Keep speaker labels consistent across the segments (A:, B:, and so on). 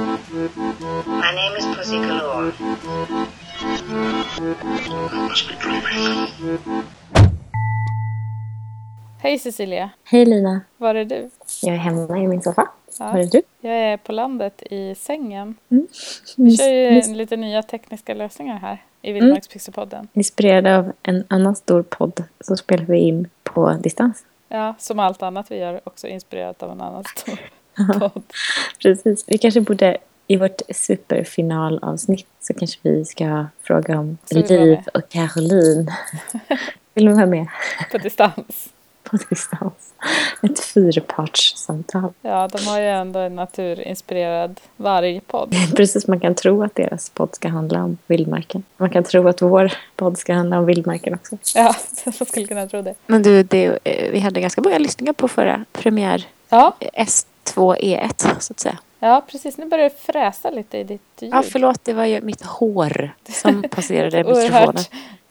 A: My name is Pussy Galore.
B: I must be dreaming.
C: Hej Cecilia,
D: Hej Lina.
C: var är du?
D: Jag är hemma i min soffa.
C: Ja.
D: Var är du?
C: Jag är på landet i sängen. Vi
D: Ins-
C: kör ju
D: ins-
C: lite nya tekniska lösningar här
E: Mm.
C: i Vildmarkspixelpodden.
D: Inspirerad av en annan stor podd så spelar vi in på distans.
C: Ja, som allt annat vi gör också inspirerat av en annan stor podd.
D: Precis. Vi kanske borde i vårt superfinalavsnitt så kanske vi ska fråga om
C: Så vill du vara
D: Liv
C: med?
D: och Caroline. Vill du vara med
C: på distans.
D: på distans? Ett fyrpartssamtal.
C: Ja, de har ju ändå en naturinspirerad vargpodd.
D: Precis, man kan tro att deras podd ska handla om vildmarken. Man kan tro att vår podd ska handla om vildmarken också.
C: Ja, man skulle kunna tro det.
E: Men du, det, eh, vi hade ganska många lyssningar på förra premiär
C: Ja,
E: eh, S2E1 så att säga.
C: ja precis. Nu börjar det fräsa lite i ditt ljud.
E: Ja, förlåt, det var ju mitt hår som passerade mikrofonen.
C: Oerhört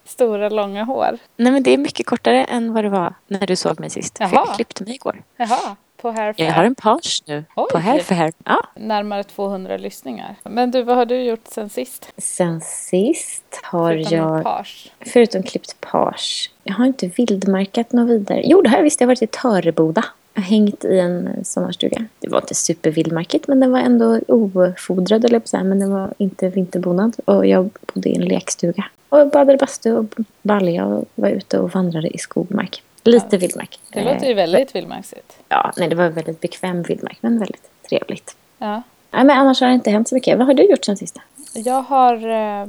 C: stora, långa hår.
E: Nej, men det är mycket kortare än vad det var när du såg mig sist. För
C: Jaha.
E: jag klippte mig igår.
C: Jaha, på hair
E: Jag
C: fair.
E: har en page nu på
C: Oj.
E: hair fair. Ja,
C: Närmare 200 lyssningar. Men du, vad har du gjort sen sist?
D: Sen sist har
C: Förutom
D: jag...
C: ett page.
D: Förutom klippt page. Jag har inte vildmarkat något vidare. Jo, det har jag visst. Jag har varit i Töreboda. Jag har hängt i en sommarstuga. Det var inte supervildmarkigt, men den var ändå ofodrad, eller på så här, Men den var inte vinterbonad. Och jag bodde i en lekstuga. Och jag badade bastu och balja och var ute och vandrade i skogmark. Lite vildmark.
C: Eh, Det typ- låter ju väldigt vildmarksigt.
D: Ja, nej, det var väldigt bekväm vildmark, men väldigt trevligt.
C: Ja.
D: Nej, men annars har det inte hänt så mycket. Vad har du gjort sen sist?
C: Jag har eh,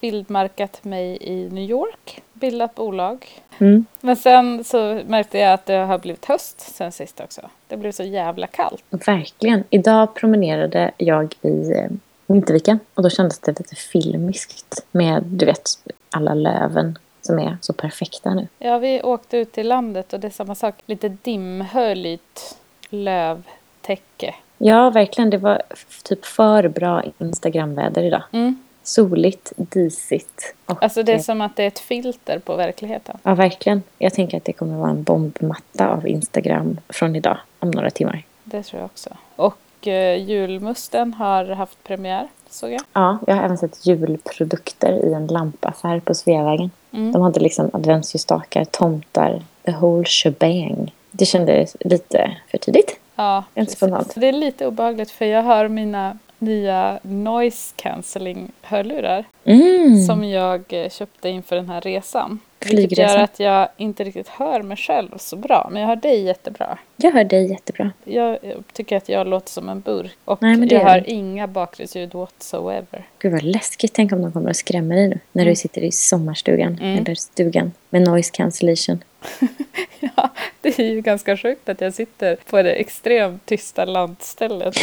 C: vildmarkat mig i New York, bildat bolag.
D: Mm.
C: Men sen så märkte jag att det har blivit höst sen sist också. Det blev så jävla kallt.
D: Verkligen. Idag promenerade jag i eh, Vinterviken och då kändes det lite filmiskt med, du vet, alla löven som är så perfekta nu.
C: Ja, vi åkte ut till landet och det är samma sak. Lite dimhöljt lövtäcke.
D: Ja, verkligen. Det var f- typ för bra Instagramväder idag.
C: Mm.
D: Soligt, disigt och... eh,
C: Alltså det är som att det är ett filter på verkligheten.
D: Ja, verkligen. Jag tänker att det kommer vara en bombmatta av Instagram från idag, om några timmar.
C: Det tror jag också. Och eh, julmusten har haft premiär, såg jag.
D: Ja, jag har även sett julprodukter i en lampaffär på Sveavägen.
C: Mm.
D: De hade liksom adventsljusstakar, tomtar, the whole shebang. Det kändes lite för tidigt.
C: Ja,
D: Inte
C: precis.
D: spontant.
C: Det är lite obehagligt för jag har mina nya noise cancelling hörlurar
D: Mm.
C: som jag eh, köpte inför den här resan. Vilket gör
D: Flygresan.
C: att jag inte riktigt hör mig själv så bra, men jag hör dig jättebra.
D: Jag hör dig jättebra.
C: Jag eh, tycker att jag låter som en burk och
D: Nej, men det
C: jag
D: gör
C: hör
D: du.
C: inga bakgrundsljud whatsoever.
D: Gud vad läskigt. Tänk om de kommer och skrämmer dig nu. När du sitter i sommarstugan
C: Mm.
D: eller stugan med noise cancellation.
C: Ja, det är ju ganska sjukt att jag sitter på det extremt tysta landstället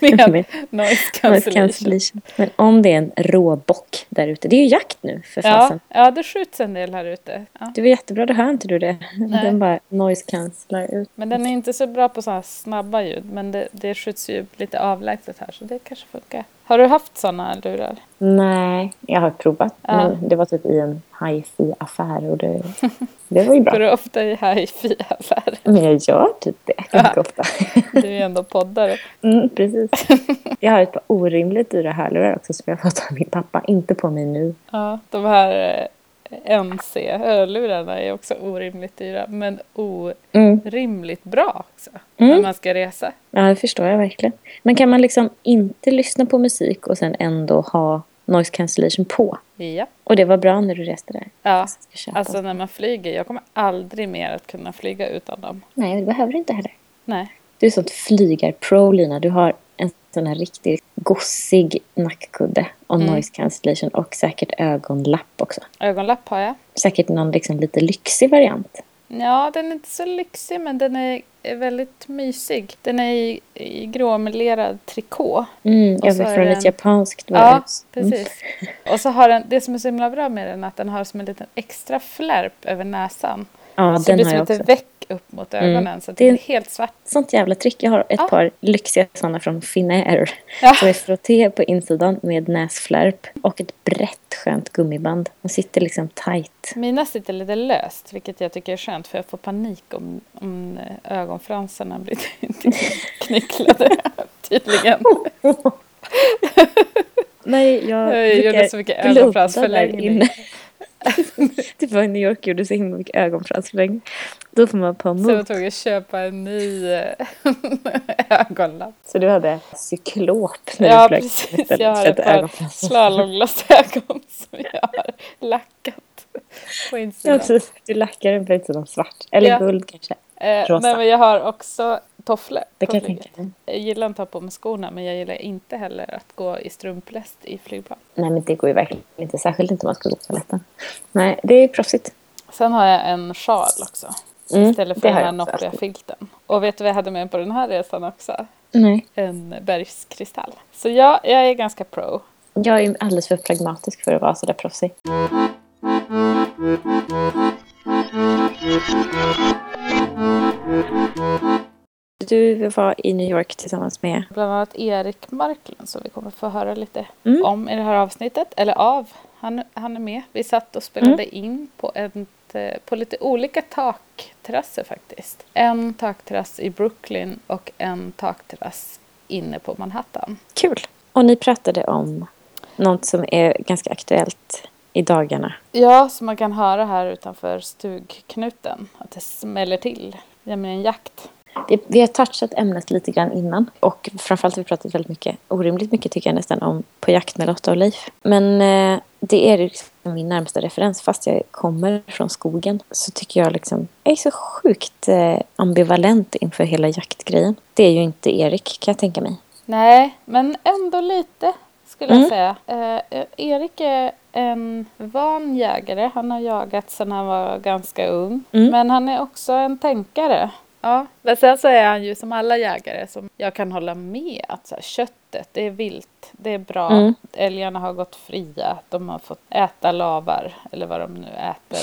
C: med
D: Med
C: noise
D: Noise
C: cancellation.
D: cancellation. Men om det är en råbock där ute. Det är ju jakt nu för
C: Ja,
D: fasen.
C: ja, det skjuts en del här ute. Ja.
D: Det var jättebra, då hör inte du det. Den bara noise cancellar ut.
C: Men den är inte så bra på sådana här snabba ljud. Men det, det skjuts ju lite avlägset här så det kanske funkar. Har du haft sådana lurar?
D: Nej, jag har provat.
C: Ja.
D: Men det var typ i en hifi-affär och det, det var ju bra.
C: Går du ofta i hifi-affärer?
D: Men jag gör typ det ganska ofta.
C: Du är ju ändå poddare.
D: Mm, precis. Jag har ett par orimligt dyra hörlurar också som jag fått av min pappa. Inte på mig nu.
C: Ja, de här eh, NC-hörlurarna är också orimligt dyra. Men
D: Mm.
C: orimligt bra också. När
D: Mm.
C: man ska resa.
D: Ja, det förstår jag verkligen. Men kan man liksom inte lyssna på musik och sen ändå ha noise cancellation på?
C: Ja.
D: Och det var bra när du reste där.
C: ja.
D: Jag ska köpa.
C: Alltså när man flyger. Jag kommer aldrig mer att kunna flyga utan dem.
D: Nej, det behöver du inte heller.
C: Nej.
D: Du är sånt flygarpro, Lina. Du har en sån här riktigt gossig nackkudde och
C: Mm.
D: noise cancellation och säkert ögonlapp också.
C: Ögonlapp har jag.
D: Säkert någon liksom lite lyxig variant.
C: Ja, den är inte så lyxig men den är är väldigt mysig. Den är i, i gråmelerad trikå.
D: Mm,
C: Och så
D: över
C: är
D: från
C: den-
D: ett japanskt
C: Ja,
D: varuhus. Mm.
C: precis. Och så har den, det som är så himla bra med den är att den har som en liten extra flärp över näsan.
D: Ja,
C: så det
D: den
C: blir
D: har
C: som
D: jag
C: ett
D: också. Mm.
C: väck upp mot ögonen så att det
D: Det-
C: är helt svart.
D: Sånt jävla trick. Jag har ett
C: Ja.
D: par lyxiga sådana från Finnair.
C: Ja.
D: Som är frotté på insidan med näsflärp och ett brett skönt gummiband. De sitter liksom tight.
C: Mina sitter lite löst, vilket jag tycker är skönt för jag eh, får panik om, om ögonfransarna blir knycklade. tydligen.
D: Nej, jag,
C: Jag gjorde
D: brukar
C: så mycket
D: blunda
C: ögonfransförlängning.
D: där inne. det var i New York gjorde så himla mycket ögonfransförlängning. Då får man på
C: Så jag
D: emot.
C: tog att köpa en ny eh, ögonlapp.
D: Så du hade cyklop när
C: Ja,
D: du flög
C: precis.
D: istället
C: Jag har
D: för
C: ett
D: att
C: par
D: ögonfransförlängning.
C: slalomglasögon som jag har lackat på
D: Ja,
C: insidan.
D: precis. Du lackar den på utsidan svart. Eller
C: Ja.
D: guld kanske.
C: Eh,
D: rosa.
C: Men jag har också tofflor.
D: Det
C: på
D: kan jag
C: flyget.
D: tänka mig.
C: Jag gillar inte att ha på mig skorna men jag gillar inte heller att gå i strumpläst i flygplan.
D: Nej, men det går ju verkligen inte. Särskilt inte om man ska gå på toaletten. Nej, det är proffsigt.
C: Sen har jag en sjal också.
D: Mm,
C: Istället för
D: det
C: den
D: har
C: här
D: jag också
C: noppriga
D: alltid.
C: filten. Och vet du vad jag hade med mig på den här resan också?
D: Nej.
C: En bergskristall. Så ja, jag är ganska pro.
D: Jag är ju alldeles för pragmatisk för att vara sådär proffsig. Du var i New York tillsammans med...
C: Bland annat Erik Marklund som vi kommer få höra lite
D: Mm.
C: om i det här avsnittet. Eller av. Han, han är med. Vi satt och spelade in på, ett, eh, på lite olika takterrasser faktiskt. En takterrass i Brooklyn och en takterrass inne på Manhattan.
D: Kul! Och ni pratade om något som är ganska aktuellt i dagarna.
C: Ja, som man kan höra här utanför stugknuten. Att det smäller till. Nämligen jakt.
D: Det- Vi har touchat ämnet lite grann innan och framförallt har vi pratat väldigt mycket, orimligt mycket tycker jag nästan, om På jakt med Lotta och Leif. Men eh, det är liksom min närmsta referens. Fast jag kommer från skogen så tycker jag liksom, jag är så sjukt eh, ambivalent inför hela jaktgrejen. Det är ju inte Erik kan jag tänka mig.
C: Nej, men ändå lite skulle jag
D: Mm.
C: säga. Eh, Erik är en van jägare. Han har jagat sedan han var ganska ung.
D: Mm.
C: Men han är också en tänkare. Ja. Men sen så är han ju som alla jägare som jag kan hålla med att så här, köttet, det är vilt, det är bra.
D: Mm.
C: Älgarna har gått fria, de har fått äta lavar eller vad de nu äter.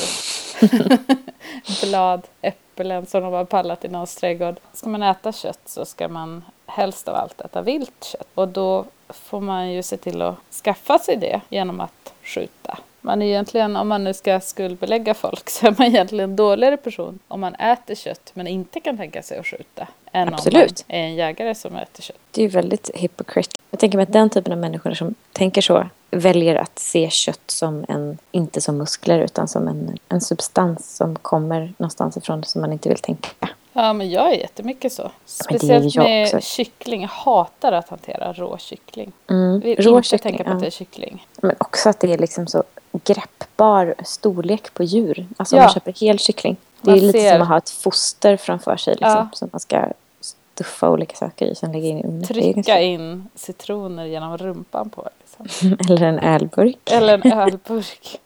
C: blad, äpplen som de har pallat i någons trädgård. Ska man äta kött så ska man helst av allt äta vilt kött. Och då får man ju se till att skaffa sig det genom att skjuta. Man är egentligen, om man nu ska skuldbelägga folk, så är man egentligen en dåligare person om man äter kött men inte kan tänka sig att skjuta. Än
D: Absolut.
C: om man är en jägare som äter kött.
D: Det är ju väldigt hypocrite. Jag tänker mig att den typen av människor som tänker så väljer att se kött som en, inte som muskler utan som en, en substans som kommer någonstans ifrån som man inte vill tänka.
C: Ja, men jag är jättemycket så.
D: men det är
C: Speciellt
D: jag
C: med
D: också.
C: kyckling. Jag hatar att hantera rå kyckling.
D: Mm.
C: Vill
D: Rå
C: inte
D: kyckling,
C: tänka på att
D: ja.
C: det är kyckling.
D: Men också att det är liksom så greppbar storlek på djur. Alltså
C: Ja.
D: om man köper hel kyckling. Det är
C: Man
D: ju lite
C: ser.
D: som att ha ett foster framför sig liksom,
C: Ja.
D: som man ska stuffa olika saker i sen lägga in i ugnen. Det är ju
C: trycka
D: ganska-
C: in citroner genom rumpan på det. Liksom.
D: Eller en ölburk.
C: Eller en ölburk.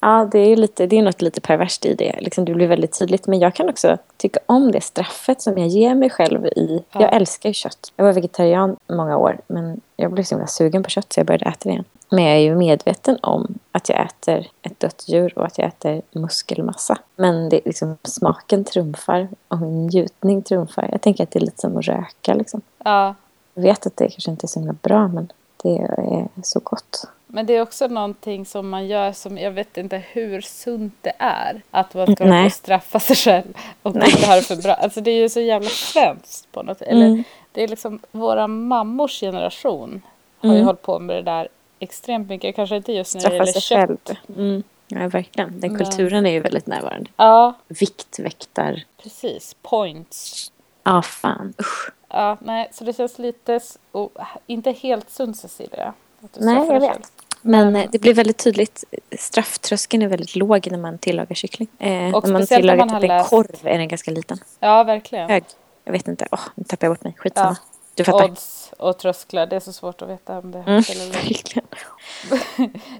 D: Ja, det är, ju lite, det är något lite perverst i det. Liksom, det blir väldigt tydligt. Men jag kan också tycka om det straffet som jag ger mig själv i.
C: Ja.
D: Jag älskar ju kött. Jag var vegetarian många år, men jag blev så himla sugen på kött så jag började äta det igen. Men jag är ju medveten om att jag äter ett dött djur och att jag äter muskelmassa. Men det är liksom, smaken trumfar och min njutning trumfar. Jag tänker att det är lite som att röka. Liksom.
C: Ja.
D: Jag vet att det kanske inte är så himla bra, men det är så gott.
C: Men det är också någonting som man gör som jag vet inte hur sunt det är. Att man ska
D: Nej.
C: få straffa sig själv och inte ha det för bra. Alltså det är ju så jävla svenskt på något Eller
D: Mm.
C: Det är liksom våra mammors generation har ju
D: Mm.
C: hållit på med det där extremt mycket. Kanske inte just när det
D: Straffa
C: gäller
D: sig
C: kött.
D: själv. Mm. Ja, verkligen. Den
C: Men-
D: kulturen är ju väldigt närvarande.
C: Ja,
D: viktväktar.
C: precis. Points.
D: Ja, ah, fan. Usch.
C: Ja, nej, så det känns lite, s- och, inte helt sunt Cecilia. Att du
D: Nej,
C: straffar
D: jag
C: dig
D: vet.
C: själv.
D: Men eh, det blir väldigt tydligt. Strafftröskeln är väldigt låg när man tillagar kyckling. Eh,
C: Och
D: när man
C: speciellt när
D: tillagar
C: man har
D: typ en
C: läst-
D: korv är den ganska liten.
C: Ja, verkligen.
D: Hög. Jag vet inte. Åh, nu tappar jag bort mig. Skitsamma. Du fattar.
C: Odds och trösklar, det är så svårt att veta om det är
D: Mm.
C: högt eller lågt.
D: Verkligen.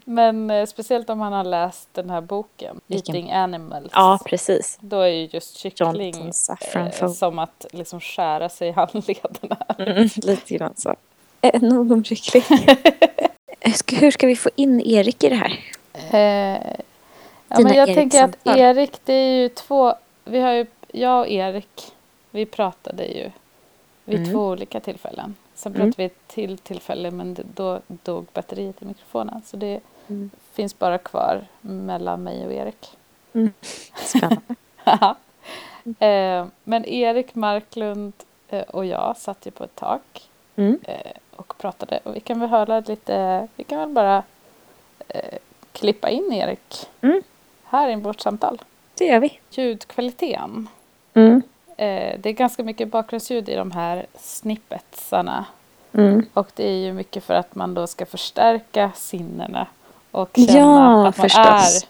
C: Men eh, speciellt om man har läst den här boken,
D: Vilken?
C: Eating Animals.
D: Ja, precis.
C: Då är ju just kyckling
D: Jonathan Safran
C: eh,
D: Foer.
C: som att liksom skära sig i handlederna.
D: Mm, lite grann så. Eh, nog om kyckling. Eh, ska- Hur ska vi få in Erik i det här?
C: Eh, ja,
D: Dina
C: men jag tänker att
D: Erikssamtal.
C: Erik, det är ju två... Vi har ju, jag och Erik, vi pratade ju vid
D: Mm.
C: två olika tillfällen. Sen pratade
D: Mm.
C: vi ett till tillfälle, men det- då dog batteriet i mikrofonen. Så det
D: Mm.
C: finns bara kvar mellan mig och Erik.
D: Spännande. Mm.
C: eh, men Erik Marklund eh, och jag satt ju på ett tak
D: Mm.
C: eh, och pratade. Och vi kan väl höra lite, vi kan väl bara eh, klippa in Erik
D: Mm.
C: här i vårt samtal.
D: Det gör vi.
C: Ljudkvaliteten.
D: Mm.
C: Eh, det är ganska mycket bakgrundsljud i de här snippetsarna.
D: Mm.
C: Och det är ju mycket för att man då ska förstärka sinnena och
D: Ja,
C: känna att man
D: förstås.
C: är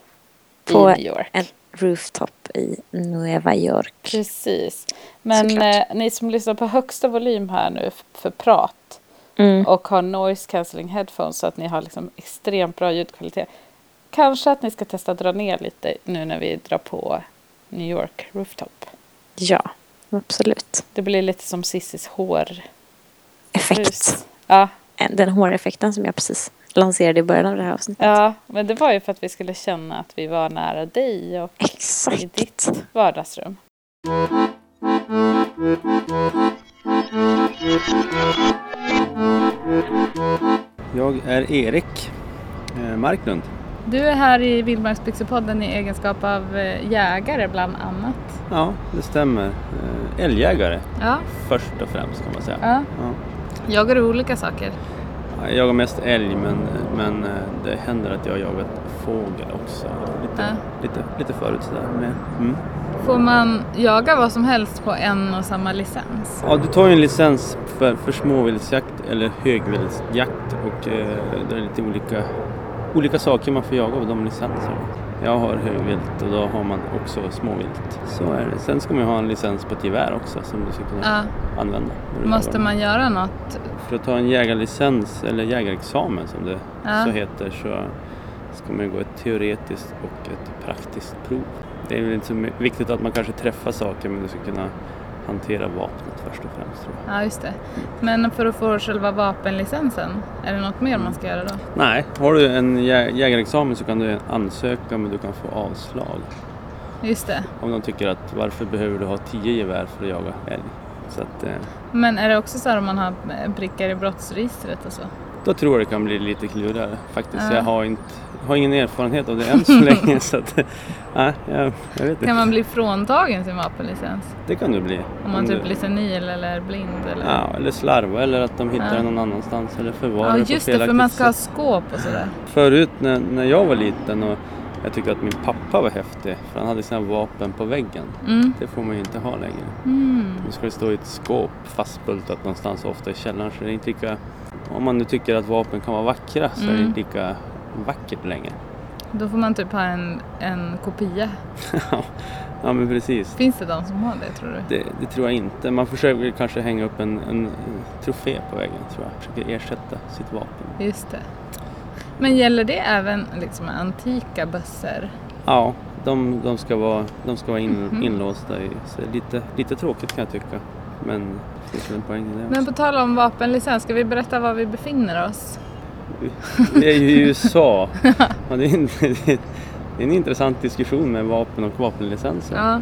D: På-
C: i New York.
D: En rooftop i Nueva York.
C: Precis. Men
D: Såklart.
C: eh, ni som lyssnar på högsta volym här nu f- för prat
D: Mm.
C: och har noise cancelling headphones så att ni har liksom extremt bra ljudkvalitet. Kanske att ni ska testa dra ner lite nu när vi drar på New York Rooftop.
D: Ja, absolut.
C: Det blir lite som Sissis hår.
D: Effekt.
C: Ja,
D: Den håreffekten som jag precis lanserade i början av det här avsnittet.
C: ja, men det var ju för att vi skulle känna att vi var nära dig och i ditt
D: Exakt.
C: vardagsrum.
F: Jag är Erik eh, Marklund.
C: Du är här i Vildmarksbyxepodden i egenskap av eh, jägare bland annat.
F: Ja, det stämmer. Eh, Älgjägare
C: Ja,
F: först och främst kan man säga.
C: ja.
F: Ja.
C: Jagar du olika saker?
F: Jag jagar mest älg men, men eh, det händer att jag har jagat fågel också. Lite, lite, lite förut sådär. Men, mm.
C: Får man jaga vad som helst på en och samma licens?
F: ja, du tar ju en licens för, för småviltsjakt eller högviltsjakt och eh, det är lite olika, olika saker man får jaga av de licenserna. Jag har högvilt och då har man också småvilt. Så är det. Sen ska man ju ha en licens på ett gevär också som du ska kunna
C: Ja.
F: använda. när du
C: Måste
F: jagar.
C: man göra något?
F: För att ta en jägarlicens eller jägarexamen som det
C: Ja.
F: så heter så ska man ju gå ett teoretiskt och ett praktiskt prov. Det är väl inte så my- viktigt att man kanske träffar saker men du ska kunna hantera vapnet först och främst. Tror jag.
C: Ja, just det. Men för att få själva vapenlicensen, är det något mer man ska göra då?
F: Nej, har du en jä- jägarexamen så kan du ansöka men du kan få avslag.
C: Just det.
F: Om de tycker att varför behöver du ha tio gevär för att jaga älg? Så att, eh,
C: Men är det också så här om man har eh, prickar i brottsregistret och så?
F: då tror jag det kan bli lite klurigare faktiskt.
C: Ja.
F: Jag har, inte, har ingen erfarenhet av det än så länge så att, nej, jag, jag vet inte.
C: Kan man bli fråntagen sin vapenlicens?
F: Det kan du bli.
C: Om man typ
F: du...
C: blir senil eller är blind eller?
F: Ja, eller slarva eller att de hittar
C: Ja.
F: den någon annanstans eller förvarar
C: Ja,
F: den
C: just
F: på
C: det, för man ska ha
F: sätt.
C: skåp och sådär.
F: Förut när, när jag var liten och jag tyckte att min pappa var häftig för han hade sina vapen på väggen.
C: Mm.
F: Det får man ju inte ha längre.
C: Mm.
F: Nu ska det stå i ett skåp fastbultat någonstans ofta i källaren så det är inte lika... Om man nu tycker att vapen kan vara vackra så är det
C: Mm.
F: inte lika vackert längre.
C: Då får man typ ha en, en kopia.
F: ja men precis.
C: Finns det de som har det tror du?
F: Det, det tror jag inte. Man försöker kanske hänga upp en, en trofé på väggen tror jag. Försöker ersätta sitt vapen.
C: Just det. Men gäller det även liksom antika bössor?
F: Ja, de, de ska vara, de ska vara in,
C: Mhm.
F: inlåsta i. Så det är lite, lite tråkigt kan jag tycka. Men det finns väl en poäng i det
C: Men
F: också.
C: på tal om vapenlicens, ska vi berätta var vi befinner oss?
F: Vi är ju i USA. Och det, är en, det är en intressant diskussion med vapen och vapenlicenser.
C: Ja.
F: Eh,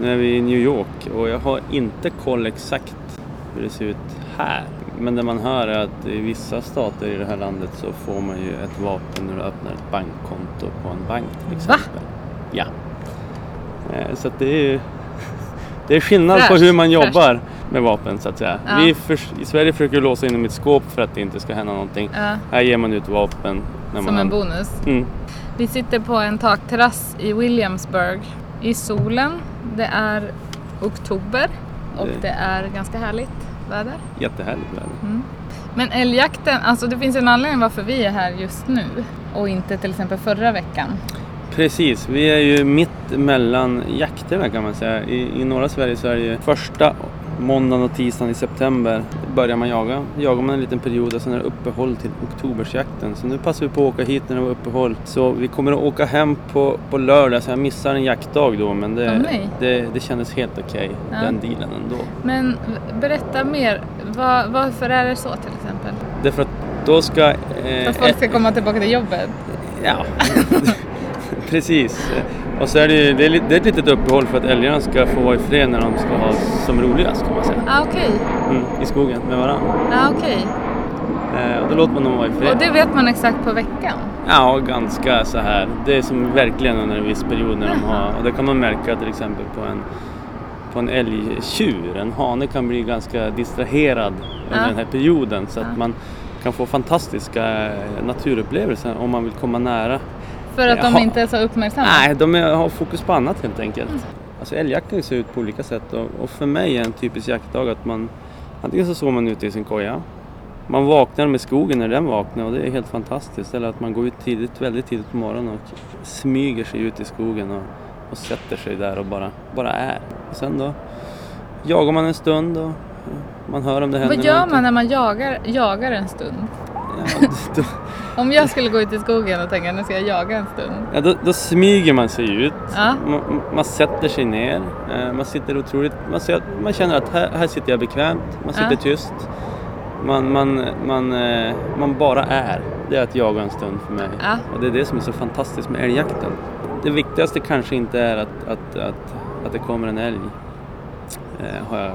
F: Nu är vi i New York och jag har inte koll exakt hur det ser ut här. Men det man hör är att i vissa stater i det här landet så får man ju ett vapen när du öppnar ett bankkonto på en bank till
C: Va?
F: exempel. Ja. Eh, Så att det är ju det är skillnad på
C: Fräscht,
F: hur man
C: fräscht.
F: jobbar med vapen så att säga.
C: Ja.
F: Vi förs- I Sverige försöker vi låsa in dem i ett skåp för att det inte ska hända någonting.
C: Ja,
F: Här ger man ut vapen. När man
C: som en
F: an-
C: bonus.
F: Mm.
C: Vi sitter på en takterrass i Williamsburg i solen. Det är oktober och
F: Det-
C: det är ganska härligt väder.
F: Jättehärligt väder.
C: Men älgjakten, alltså det finns en anledning varför vi är här just nu och inte till exempel förra veckan.
F: Precis, vi är ju mitt mellan jakterna kan man säga. I, i norra Sverige så är det ju första måndagen och tisdagen i september börjar man jaga. Jagar man en liten period och sen är det uppehåll till oktobersjakten. Så nu passar vi på att åka hit när det var uppehåll. Så vi kommer att åka hem på, på lördag så jag missar en jaktdag då men det,
C: Åh, nej.
F: det, det kändes helt okej,
C: Ja.
F: den dealen ändå.
C: Men berätta mer, Va- varför är det så till exempel?
F: Därför att då ska... eh,
C: För att folk ska komma tillbaka till jobbet?
F: Ja, precis. Och så är det, ju- det, är, li- det är ett litet uppehåll för att älgarna ska få vara i fred när de ska ha som roligast kan man säga.
C: Ah, okej.
F: Mm, I skogen med varandra.
C: Ah, okej.
F: Eh, och då låter man dem vara i
C: Och
F: fred.
C: det vet man exakt på veckan?
F: Ja, ganska så här. Det är som verkligen under en viss period när de har... Och det kan man märka till exempel på en på en älgtjur. En hane kan bli ganska distraherad under
C: Ja.
F: den här perioden så att
C: Ja.
F: man kan få fantastiska eh, naturupplevelser om man vill komma nära.
C: För att de
F: Jaha.
C: inte är så uppmärksamma?
F: Nej, de är, har fokus på annat helt enkelt. Alltså älgjakt kan ju se ut på olika sätt och, och för mig är en typisk jaktdag att man antingen så sover man ute i sin koja man vaknar med skogen när den vaknar och det är helt fantastiskt. Eller att man går ut tidigt, väldigt tidigt på morgonen och smyger sig ut i skogen och, och sätter sig där och bara, bara är. Och sen då jagar man en stund och man hör om det händer
C: Vad gör man
F: någonting.
C: när man jagar, jagar en stund?
F: Ja, då,
C: Om jag skulle gå ut i skogen och tänka nu ska jag jaga en stund.
F: ja, då, då smyger man sig ut.
C: Ja.
F: Man, man sätter sig ner. Eh, Man sitter otroligt... Man, ser, man känner att här, här sitter jag bekvämt. Man sitter
C: Ja.
F: tyst. Man, man, man, eh, man bara är. Det är att jaga en stund för mig.
C: Ja.
F: Och det är det som är så fantastiskt med älgjakten. Det viktigaste kanske inte är att, att, att, att det kommer en älg. Eh, har jag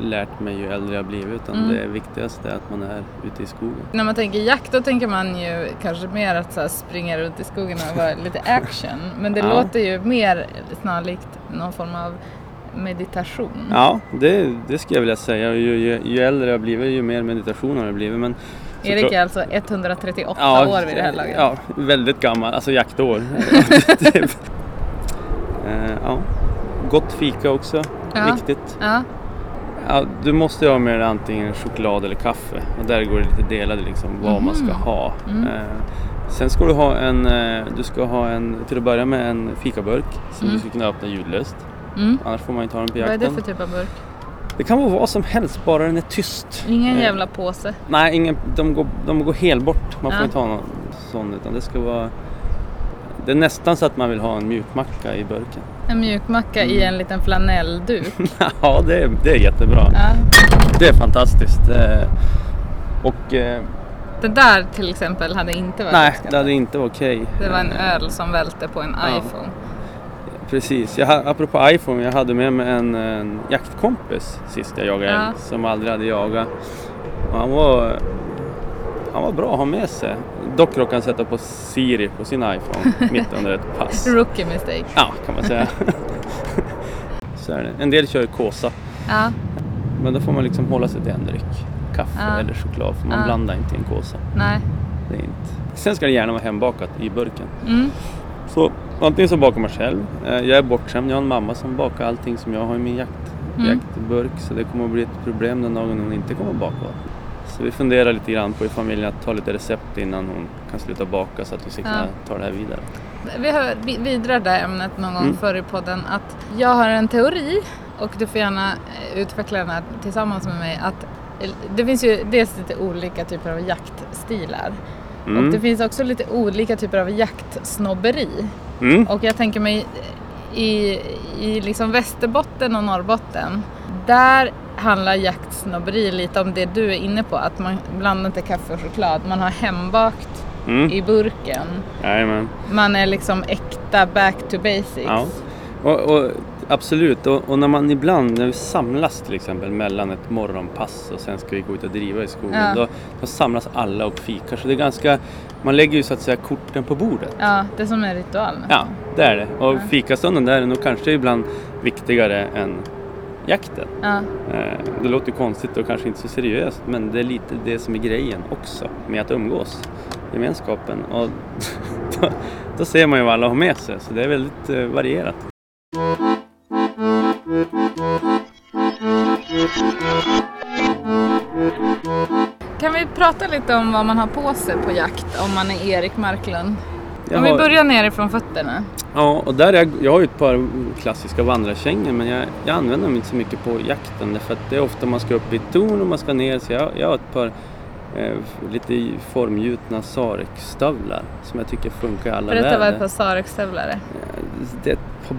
F: lärt mig ju äldre jag blivit. Utan
C: Mm.
F: det viktigaste är att man är ute i skogen.
C: När man tänker jakt då tänker man ju kanske mer att så här springa runt i skogen och vara lite action. Men det
F: Ja.
C: låter ju mer snarlikt någon form av meditation.
F: Ja, det, det skulle jag vilja säga. Ju, ju, ju äldre jag blivit ju mer meditation har det blivit. Men
C: Erik
F: såklart-
C: är alltså 138 år vid det här laget.
F: Ja, väldigt gammal. Alltså jaktår. Eh, ja. Gott fika också.
C: Ja.
F: Viktigt.
C: Ja.
F: Ja, du måste ju ha med dig antingen choklad eller kaffe. Och där går det lite delade liksom vad man
C: Mm.
F: ska ha. Eh, sen ska du ha en, eh, du ska ha en, till att börja med en fikaburk som du ska kunna öppna ljudlöst.
C: Mm.
F: Annars får man ju ta den på
C: Vad är
F: jakten.
C: det för typ av burk?
F: det kan vara vad som helst bara den är tyst.
C: Ingen
F: Eh,
C: jävla påse.
F: Nej, ingen, de, går, de går helbort. Man får
C: Ja.
F: inte ha någon sån utan det ska vara... Det är nästan så att man vill ha en mjukmacka i burken.
C: En mjukmacka i
F: Mm.
C: en liten flanellduk.
F: ja, det är, det är jättebra.
C: Ja.
F: Det är fantastiskt. Eh, Och eh,
C: Det där till exempel hade inte varit
F: nej,
C: uppskattat.
F: det hade inte varit okej.
C: Det var en
F: Eh,
C: öl som välte på en
F: Ja.
C: iPhone.
F: Precis. Jag, ha- apropå iPhone, jag hade med mig en, en jaktkompis sist jag jagade
C: Ja.
F: älg som aldrig hade jagat. Och han, var, han var bra att ha med sig. Dock råkade han sätta på Siri på sin iPhone mitt under ett pass.
C: Rookie mistake.
F: Ja, kan man säga. så är det. En del kör kåsa,
C: Ja.
F: men då får man liksom hålla sig till en dryck. Kaffe
C: Ja.
F: eller choklad, för man
C: Ja.
F: blandar inte i en kåsa.
C: Nej.
F: Det är inte. Sen ska det gärna vara hembakat i burken.
C: Mm.
F: Så antingen så bakar man själv. Eh, Jag är bortskämd, jag har en mamma som bakar allting som jag har i min jakt,
C: Mm.
F: jaktburk. Så det kommer att bli ett problem den dagen hon inte kommer att baka. Så vi funderar lite grann på i familjen att ta lite recept innan hon kan sluta baka så att vi ska kunna ta det här vidare.
C: Vi har vi- vidrar det här ämnet någon gång
F: Mm.
C: förr i podden att jag har en teori och du får gärna eh, utveckla den här tillsammans med mig att eh, det finns ju dels lite olika typer av jaktstilar och det
F: Mm.
C: finns också lite olika typer av jaktsnobberi.
F: Mm.
C: Och jag tänker mig eh, i, i liksom Västerbotten och Norrbotten, där handlar jaktsnobberi lite om det du är inne på, att man blandar inte kaffe och choklad, man har hembakt
F: Mm.
C: i burken,
F: Jajamän.
C: man är liksom äkta back to basics.
F: Ja. Och, och, absolut, och, och när man ibland när vi samlas till exempel mellan ett morgonpass och sen ska vi gå ut och driva i skogen.
C: Ja.
F: Då, då samlas alla och fikar. Så det är ganska, man lägger ju så att säga korten på bordet.
C: Ja, det är som en ritual.
F: Ja, det är det. Och fikastunden där är nog kanske ibland viktigare än jakten.
C: Ja.
F: Eh, Det låter ju konstigt och kanske inte så seriöst men det är lite det som är grejen också med att umgås. Gemenskapen. Och då, då ser man ju vad alla har med sig så det är väldigt eh, varierat.
C: Kan vi prata lite om vad man har på sig på jakt om man är Erik Marklund?
F: Jag
C: Om vi
F: har-
C: börjar nerifrån fötterna.
F: Ja, och där är jag, jag har ju ett par klassiska vandrarkängor men jag, jag använder dem inte så mycket på jakten därför att det är ofta man ska upp i ett torn och man ska ner så jag, jag har ett par eh, lite formgjutna Sarek-stövlar som jag tycker funkar i alla
C: Berätta vad
F: väder.
C: ett par Sarek-stövlar är.
F: Det är ett par-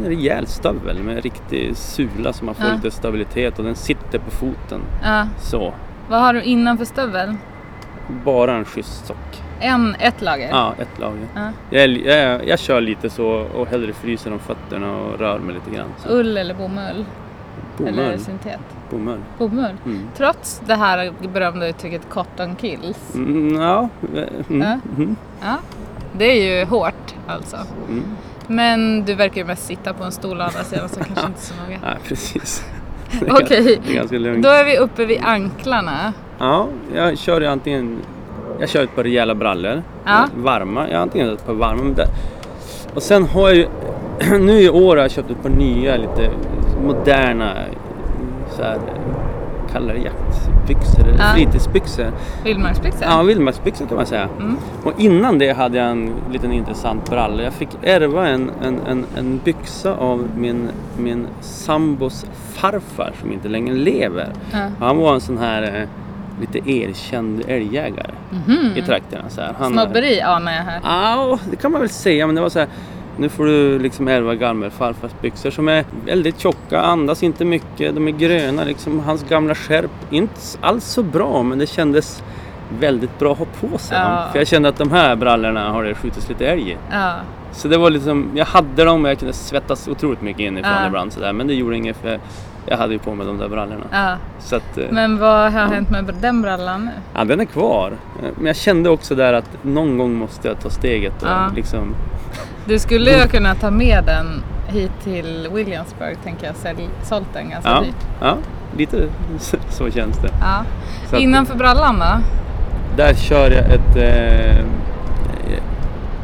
F: en rejäl stövel med riktig sula så man får
C: Ja.
F: lite stabilitet och den sitter på foten
C: Ja.
F: så.
C: Vad har du innanför stövel?
F: Bara en schysst sock.
C: En, ett lager?
F: Ja, ett lager.
C: Ja.
F: Jag, är li- jag, är- jag kör lite så och hellre fryser om fötterna och rör mig lite grann. Så.
C: Ull eller bomull? Eller
F: Bomull.
C: syntet?
F: Bomull.
C: Bomull.
F: Mm.
C: Trots det här berömda uttrycket cotton kills.
F: Mm, ja. eh, Mm.
C: Ja.
F: Mm.
C: Ja. Det är ju hårt alltså.
F: Mm.
C: Men du verkar ju mest sitta på en stol å andra sidan så kanske inte så noga.
F: Nej, precis. Det är
C: Okej,
F: ganska- Det är ganska lugnt.
C: då är vi uppe vid anklarna.
F: Ja, jag kör ju antingen... Jag kör ett par rejäla brallor.
C: Ja.
F: Varma. Jag har antingen ett par varma. Men det, och sen har jag ju... Nu i år har jag köpt ett par nya lite moderna så här, kallar det jaktbyxor eller
C: Ja.
F: fritidsbyxor.
C: Vildmarksbyxor.
F: Ja, vildmarksbyxor kan man säga. Och innan det hade jag en liten intressant bralla. Jag fick ärva en, en, en, en byxa av min, min sambos farfar som inte längre lever.
C: Ja.
F: Och Han var en sån här eh, lite erkänd älgjägare i trakterna. Så här. Han,
C: Snobberi anar jag här.
F: Ja, det kan man väl säga. Men det var så här. Nu får du liksom ärva gammelfarfars byxor som är väldigt tjocka, andas inte mycket, de är gröna liksom. Hans gamla skärp, inte alls så bra men det kändes väldigt bra att ha på sig. dem.
C: Ja.
F: För jag kände att de här brallorna har det skjutits lite älg i.
C: Ja.
F: Så det var liksom, jag hade dem och jag kunde svettas otroligt mycket inifrån
C: Ja.
F: ibland sådär. Men det gjorde inget för jag hade ju på mig de där brallorna.
C: Ja.
F: Så att, eh,
C: Men vad har hänt med den brallan nu?
F: Ja, den är kvar. Eh, Men jag kände också där att någon gång måste jag ta steget och
C: Ja.
F: liksom...
C: Du skulle ju kunna ta med den hit till Williamsburg tänker jag. Sälj, sålt den ganska
F: Ja,
C: dyrt.
F: ja lite så, så känns det.
C: Ja.
F: Så att-
C: Innanför brallan då?
F: Där kör jag ett... Eh, eh,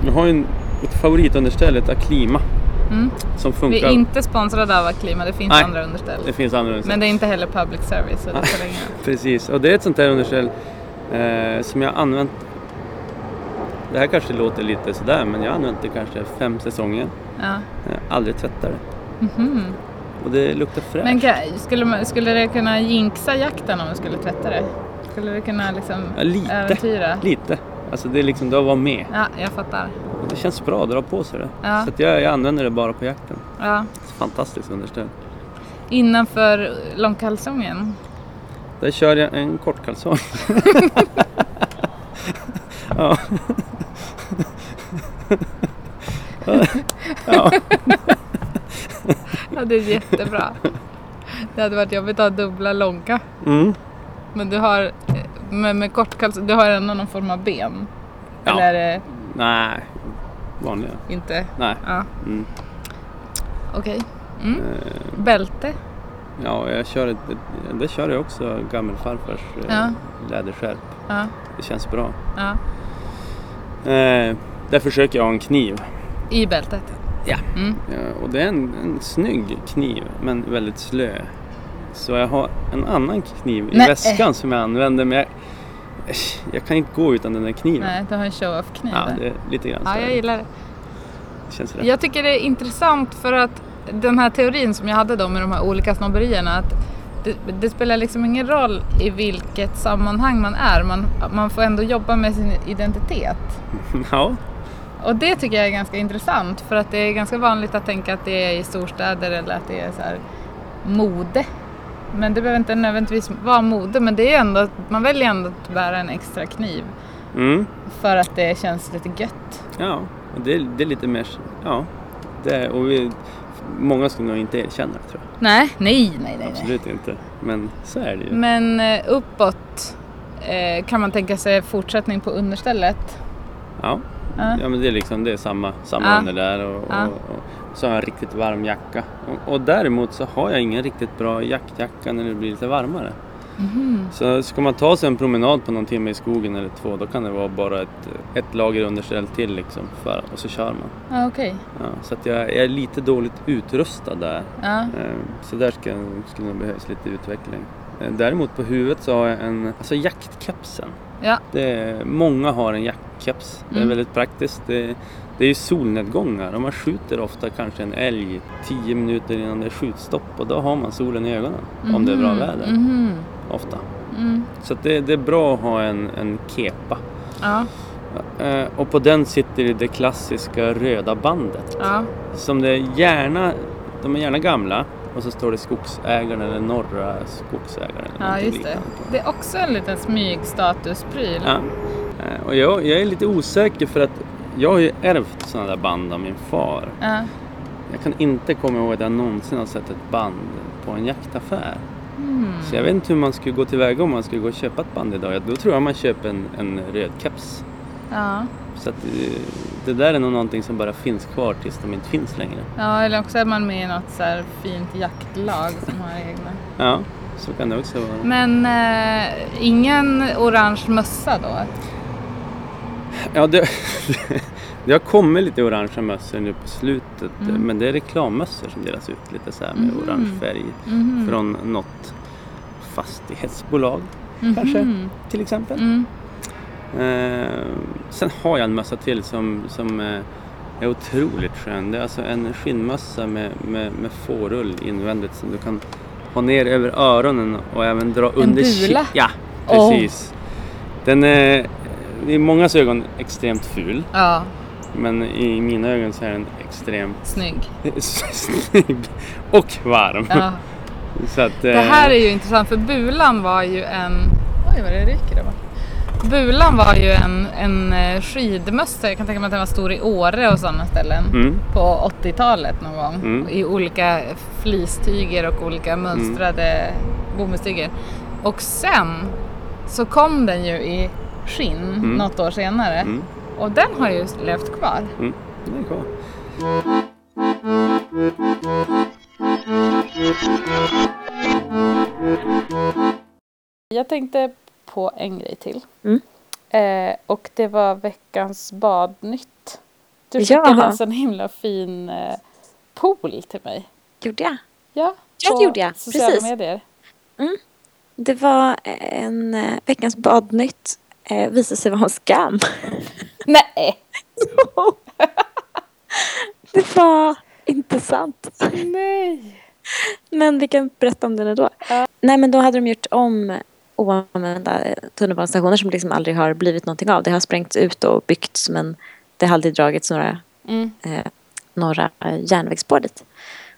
F: jag har ju en, ett favoritunderställ, ett Aklima.
C: Mm.
F: Som
C: Vi
F: funkar.
C: är inte sponsrade av Aklima, det finns
F: Nej.
C: andra underställ.
F: Det finns andra underställ.
C: Men det är inte heller public service så det spelar ingen roll.
F: Precis, och det är ett sånt där underställ eh, som jag har använt. Det här kanske låter lite sådär, men jag har använt det kanske fem säsonger.
C: Ja.
F: Eh, aldrig tvättat det. Och det luktar fräscht.
C: Mhm. Men kan- skulle, man- skulle det kunna jinxa jakten om man skulle tvätta det? Skulle det kunna liksom
F: Ja, lite.
C: äventyra?
F: Lite. Alltså det är liksom, det var med.
C: Ja, jag fattar.
F: Och det känns bra att dra på sig det.
C: Ja.
F: Så att jag, jag använder det bara på jakten.
C: Ja.
F: Fantastiskt underställ.
C: Innanför långkalsongen?
F: Där kör jag en kortkalsong. ja. ja.
C: Ja, det är jättebra. Det hade varit jobbigt att ha dubbla långa.
F: Mm.
C: Men du har, med, med kortkalsong, du har ändå någon form av ben?
F: Ja.
C: Eller är det
F: Nej, vanliga.
C: inte?
F: Nej.
C: Ja.
F: Mm. Eh.
C: Okej. Mm. Bälte?
F: Ja, jag kör ett, ett, det kör jag också, gammelfarfars eh,
C: Ja.
F: läderskärp.
C: Ja.
F: Det känns bra.
C: ja.
F: Eh, där försöker jag ha en kniv.
C: I bältet?
F: Ja, och det är en, en snygg kniv, men väldigt slö. Så jag har en annan kniv i
C: Nej.
F: väskan som jag använder, men jag, eh, jag kan inte gå utan den där kniven.
C: Nej, du har en show-off-kniv
F: Ja,
C: där.
F: det är lite grann så.
C: Ja, jag gillar det.
F: känns rätt.
C: Jag tycker det är intressant för att den här teorin som jag hade då med de här olika snobberierna att det, det spelar liksom ingen roll i vilket sammanhang man är, man, man får ändå jobba med sin identitet.
F: Ja,
C: Och det tycker jag är ganska intressant för att det är ganska vanligt att tänka att det är i storstäder eller att det är så här mode. Men det behöver inte nödvändigtvis vara mode, men det är ändå, man väljer ändå att bära en extra kniv
F: mm.
C: för att det känns lite gött.
F: ja. Och det, det är lite mer... Ja, det är, och vi, många skulle nog inte erkänna det, tror jag.
C: Nej, nej, nej, nej. nej.
F: Absolut inte. Men så är det ju.
C: Men eh, uppåt eh, kan man tänka sig fortsättning på understället.
F: Ja.
C: Ja.
F: ja, men det är liksom det är samma, samma
C: Ja.
F: under där och,
C: Ja.
F: och, och så har jag en riktigt varm jacka. Och, och däremot så har jag ingen riktigt bra jaktjacka när det blir lite varmare.
C: Mhm.
F: Så ska man ta sig en promenad på någon timme i skogen eller två då kan det vara bara ett, ett lager underställ till liksom för, och så kör man.
C: Ja, okej.
F: Ja, så att jag, jag är lite dåligt utrustad där.
C: Ja.
F: Eh, Så där ska, skulle nog behövas lite utveckling. Eh, Däremot på huvudet så har jag en, alltså jaktkepsen.
C: Ja.
F: Det är, många har en jaktkeps. Det är
C: Mm.
F: väldigt praktiskt. Det, det är ju solnedgångar och man skjuter ofta kanske en älg 10 minuter innan det är skjutstopp och då har man solen i ögonen om det är bra
C: Mhm,
F: väder.
C: mhm,
F: Ofta.
C: mm.
F: Så att det, det är bra att ha en, en kepa.
C: Ja,
F: Eh, Och på den sitter ju det klassiska röda bandet.
C: ja,
F: Som det gärna, de är gärna gamla och så står det skogsägaren eller norra skogsägaren. Eller
C: ja,
F: någonting
C: just det.
F: liknande på.
C: Det är också en liten smygstatuspryl.
F: Ja. Eh, Och jag, jag är lite osäker för att jag har ju ärvt sådana där band av min far.
C: Ja.
F: Jag kan inte komma ihåg att jag någonsin har sett ett band på en jaktaffär.
C: Mm.
F: Så jag vet inte hur man skulle gå tillväga om man skulle gå och köpa ett band idag. Ja, Då tror jag man köper en, en röd keps.
C: Ja.
F: Så att, eh, det där är nog någonting som bara finns kvar tills de inte finns längre.
C: ja, eller också är man med i något så här fint jaktlag som har egna.
F: Ja, så kan det också vara.
C: Men eh, ingen orange mössa då?
F: Ja, det, det har kommit lite orangea mössor nu på slutet.
C: Mm.
F: Men det är reklammössor som delas ut lite så här med orange färg.
C: Mm.
F: Från något fastighetsbolag kanske till exempel.
C: Mm-hmm. Mm.
F: Eh, sen har jag en mössa till som, som eh, är otroligt skön. Det är alltså en skinnmössa med, med, med fårull invändigt som du kan ha ner över öronen och även dra under ki-
C: bula?
F: Ja,
C: Åh.
F: precis. Den är i mångas ögon extremt ful.
C: Ja,
F: Men i mina ögon så är den extremt
C: snygg.
F: snygg och varm.
C: Ja.
F: Så att, eh,
C: Det här är ju intressant för Bulan var ju en... Oj vad det ryker där bak. Bulan var ju en, en eh, skidmössa. Jag kan tänka mig att den var stor i Åre och sådana ställen.
F: Mm.
C: På 80-talet någon gång.
F: Mm.
C: I olika fleecetyger och olika mönstrade bomullstyger. Och sen så kom den ju i skinn något år senare.
F: Mm.
C: Och den har ju levt kvar.
F: Mm, den är kvar.
C: Jag tänkte på en grej till.
D: Mm.
C: Eh, och det var veckans badnytt. Du
D: Ja.
C: skickade alltså en sån himla fin eh, pool till mig.
D: Gjorde jag?
C: Ja,
D: Ja, det
C: på
D: gjorde jag.
C: sociala
D: Precis.
C: medier.
D: Det var en eh, veckans badnytt. Eh, visade sig vara en skam.
C: Nej,
D: det var inte sant.
C: nej.
D: Men vi kan berätta om den ändå. Nej, men då hade de gjort om oanvända eh, tunnelbanestationer som liksom aldrig har blivit någonting av. Det har sprängts ut och byggts men det har aldrig dragits några,
C: Mm.
D: eh, några eh, järnvägsspår dit.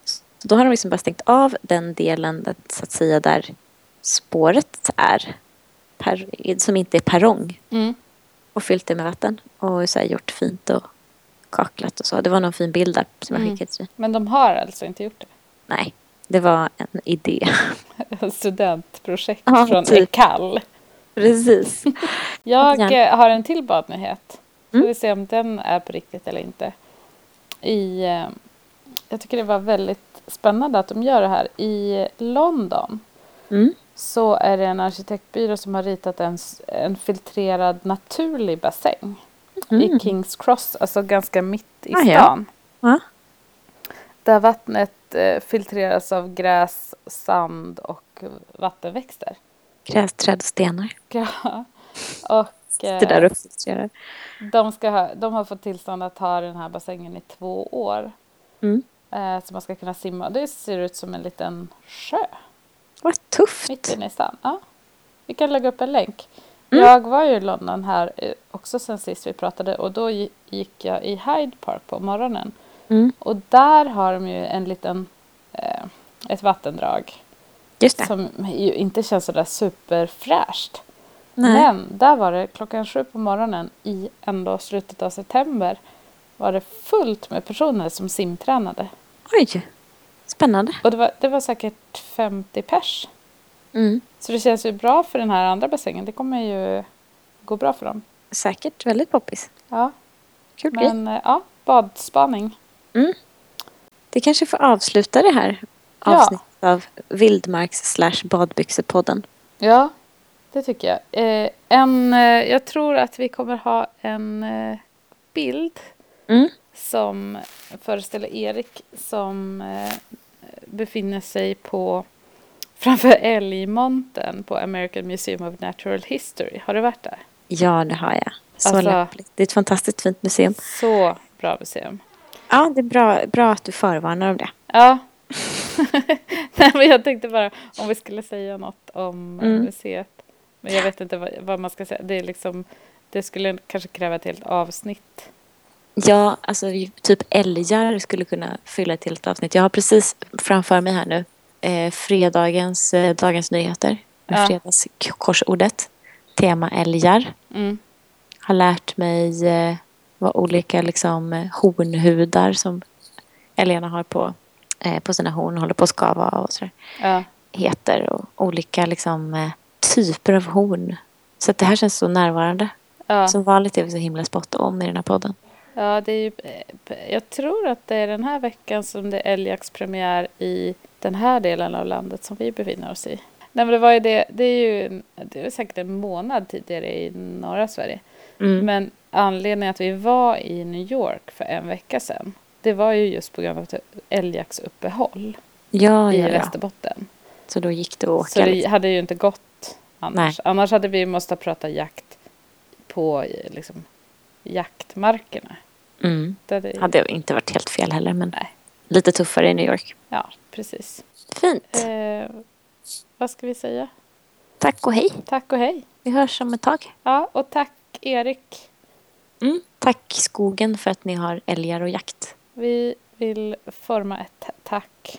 D: Så då har de liksom bara stängt av den delen där, så att säga, där spåret är. Per, som inte är perrong
C: Mm.
D: och fyllt det med vatten och så här gjort fint och kaklat och så. Det var någon fin bild där som jag
C: Mm.
D: skickade till dig.
C: Men de har alltså inte gjort
D: Nej, det var en idé.
C: det. Studentprojekt
D: Ja,
C: från
D: typ.
C: Ekall.
D: Precis.
C: Jag
D: Gärna.
C: eh, har en till badnyhet. Får
D: Mm.
C: vi se om den är på riktigt eller inte. I, eh, jag tycker det var väldigt spännande att de gör det här. I London
D: Mm.
C: så är det en arkitektbyrå som har ritat en, s- en filtrerad naturlig bassäng. I Kings Cross, alltså ganska mitt i
D: Mm. Ah, ja.
C: stan.
D: Ja.
C: Där vattnet eh, filtreras av gräs, sand och vattenväxter.
D: Grästräd och stenar.
C: Ja. Och,
D: Det där
C: eh,
D: och frustrerar.
C: De, ska ha, de har fått tillstånd att ha den här bassängen i två år.
D: Mm.
C: Eh, så man ska kunna simma. Det ser ut som en liten sjö
D: Vad tufft.
C: mitt inne i stan. Ja. Vi kan lägga upp en länk.
D: Mm.
C: Jag var ju i London här eh, också sen sist vi pratade och då gi- gick jag i Hyde Park på morgonen.
D: Mm.
C: Och där har de ju en liten, eh, ett vattendrag
D: Just det.
C: som ju inte känns sådär superfräscht.
D: Nej.
C: Men där var det klockan sju på morgonen i ändå slutet av september var det fullt med personer som simtränade.
D: Oj. Spännande.
C: Och det var, det var säkert 50 pers.
D: Mm.
C: Så det känns ju bra för den här andra bassängen. Det kommer ju gå bra för dem.
D: Säkert väldigt poppis.
C: Ja,
D: Kul grej.
C: men eh, ja, badspaning.
D: Det kanske får avsluta det här
C: Ja.
D: avsnittet av Vildmarks slash badbyxepodden.
C: Ja, det tycker jag. Eh, en, eh, jag tror att vi kommer ha en eh, bild
D: Mm.
C: som föreställer Erik som eh, befinner sig på framför älgmonten på American Museum of Natural History. Har du varit där?
D: Ja, det har jag. Så
C: Alltså-
D: lämpligt. Det är ett fantastiskt fint museum.
C: Så bra museum.
D: Ja, det är bra, bra att du förvarnar om det.
C: Ja. Nej, men jag tänkte bara om vi skulle säga något om eh,
D: Mm.
C: museet. Men jag vet inte vad, vad man ska säga. Det, är liksom, det skulle kanske kräva ett helt avsnitt.
D: Ja, alltså ju- typ älgar skulle kunna fylla ett helt avsnitt. Jag har precis framför mig här nu eh, fredagens eh, Dagens Nyheter med
C: Ja.
D: fredagskorsordet. Tema älgar.
C: Mm.
D: Har lärt mig eh, vad olika liksom, eh, hornhudar som älgarna har på, eh, på sina horn och håller på att skava och sådär
C: Ja.
D: heter och olika liksom, eh, typer av horn. Så att det här känns så närvarande.
C: Ja.
D: Som vanligt är vi så himla spot on i den här podden.
C: Ja, det är ju, eh, jag tror att det är den här veckan som det är älgjaktspremiär i den här delen av landet som vi befinner oss i. Nej, men det var ju det, det är ju en- det är säkert en månad tidigare i norra Sverige.
D: Mm.
C: Men anledningen att vi var i New York för en vecka sedan, det var ju just på grund av ett älgjaktsuppehåll
D: Ah, Ja,
C: i
D: ja, ja.
C: Västerbotten.
D: Så då gick det att åka.
C: Så det
D: liksom.
C: hade ju inte gått annars. Annars hade vi måste prata jakt på eh, liksom, jaktmarkerna.
D: Mm.
C: Det hade, ju-
D: Hade inte varit helt fel heller, men
C: Nej.
D: lite tuffare i New York.
C: Ja, precis.
D: Fint.
C: Eh, vad ska vi säga?
D: Tack och hej.
C: Tack och hej.
D: Vi hörs om ett tag.
C: Ja, och tack Erik.
D: Mm. Tack skogen för att ni har älgar och jakt.
C: Vi vill forma ett tack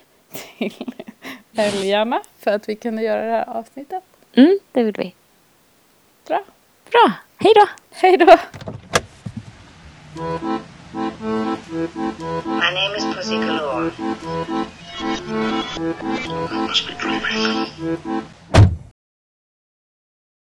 C: till älgarna för att vi kunde göra det här avsnittet.
D: Mm, det vill vi.
C: Bra.
D: Bra. Hej då.
C: Hej då!
A: My name is Pussy Galore.
G: I must be dreaming.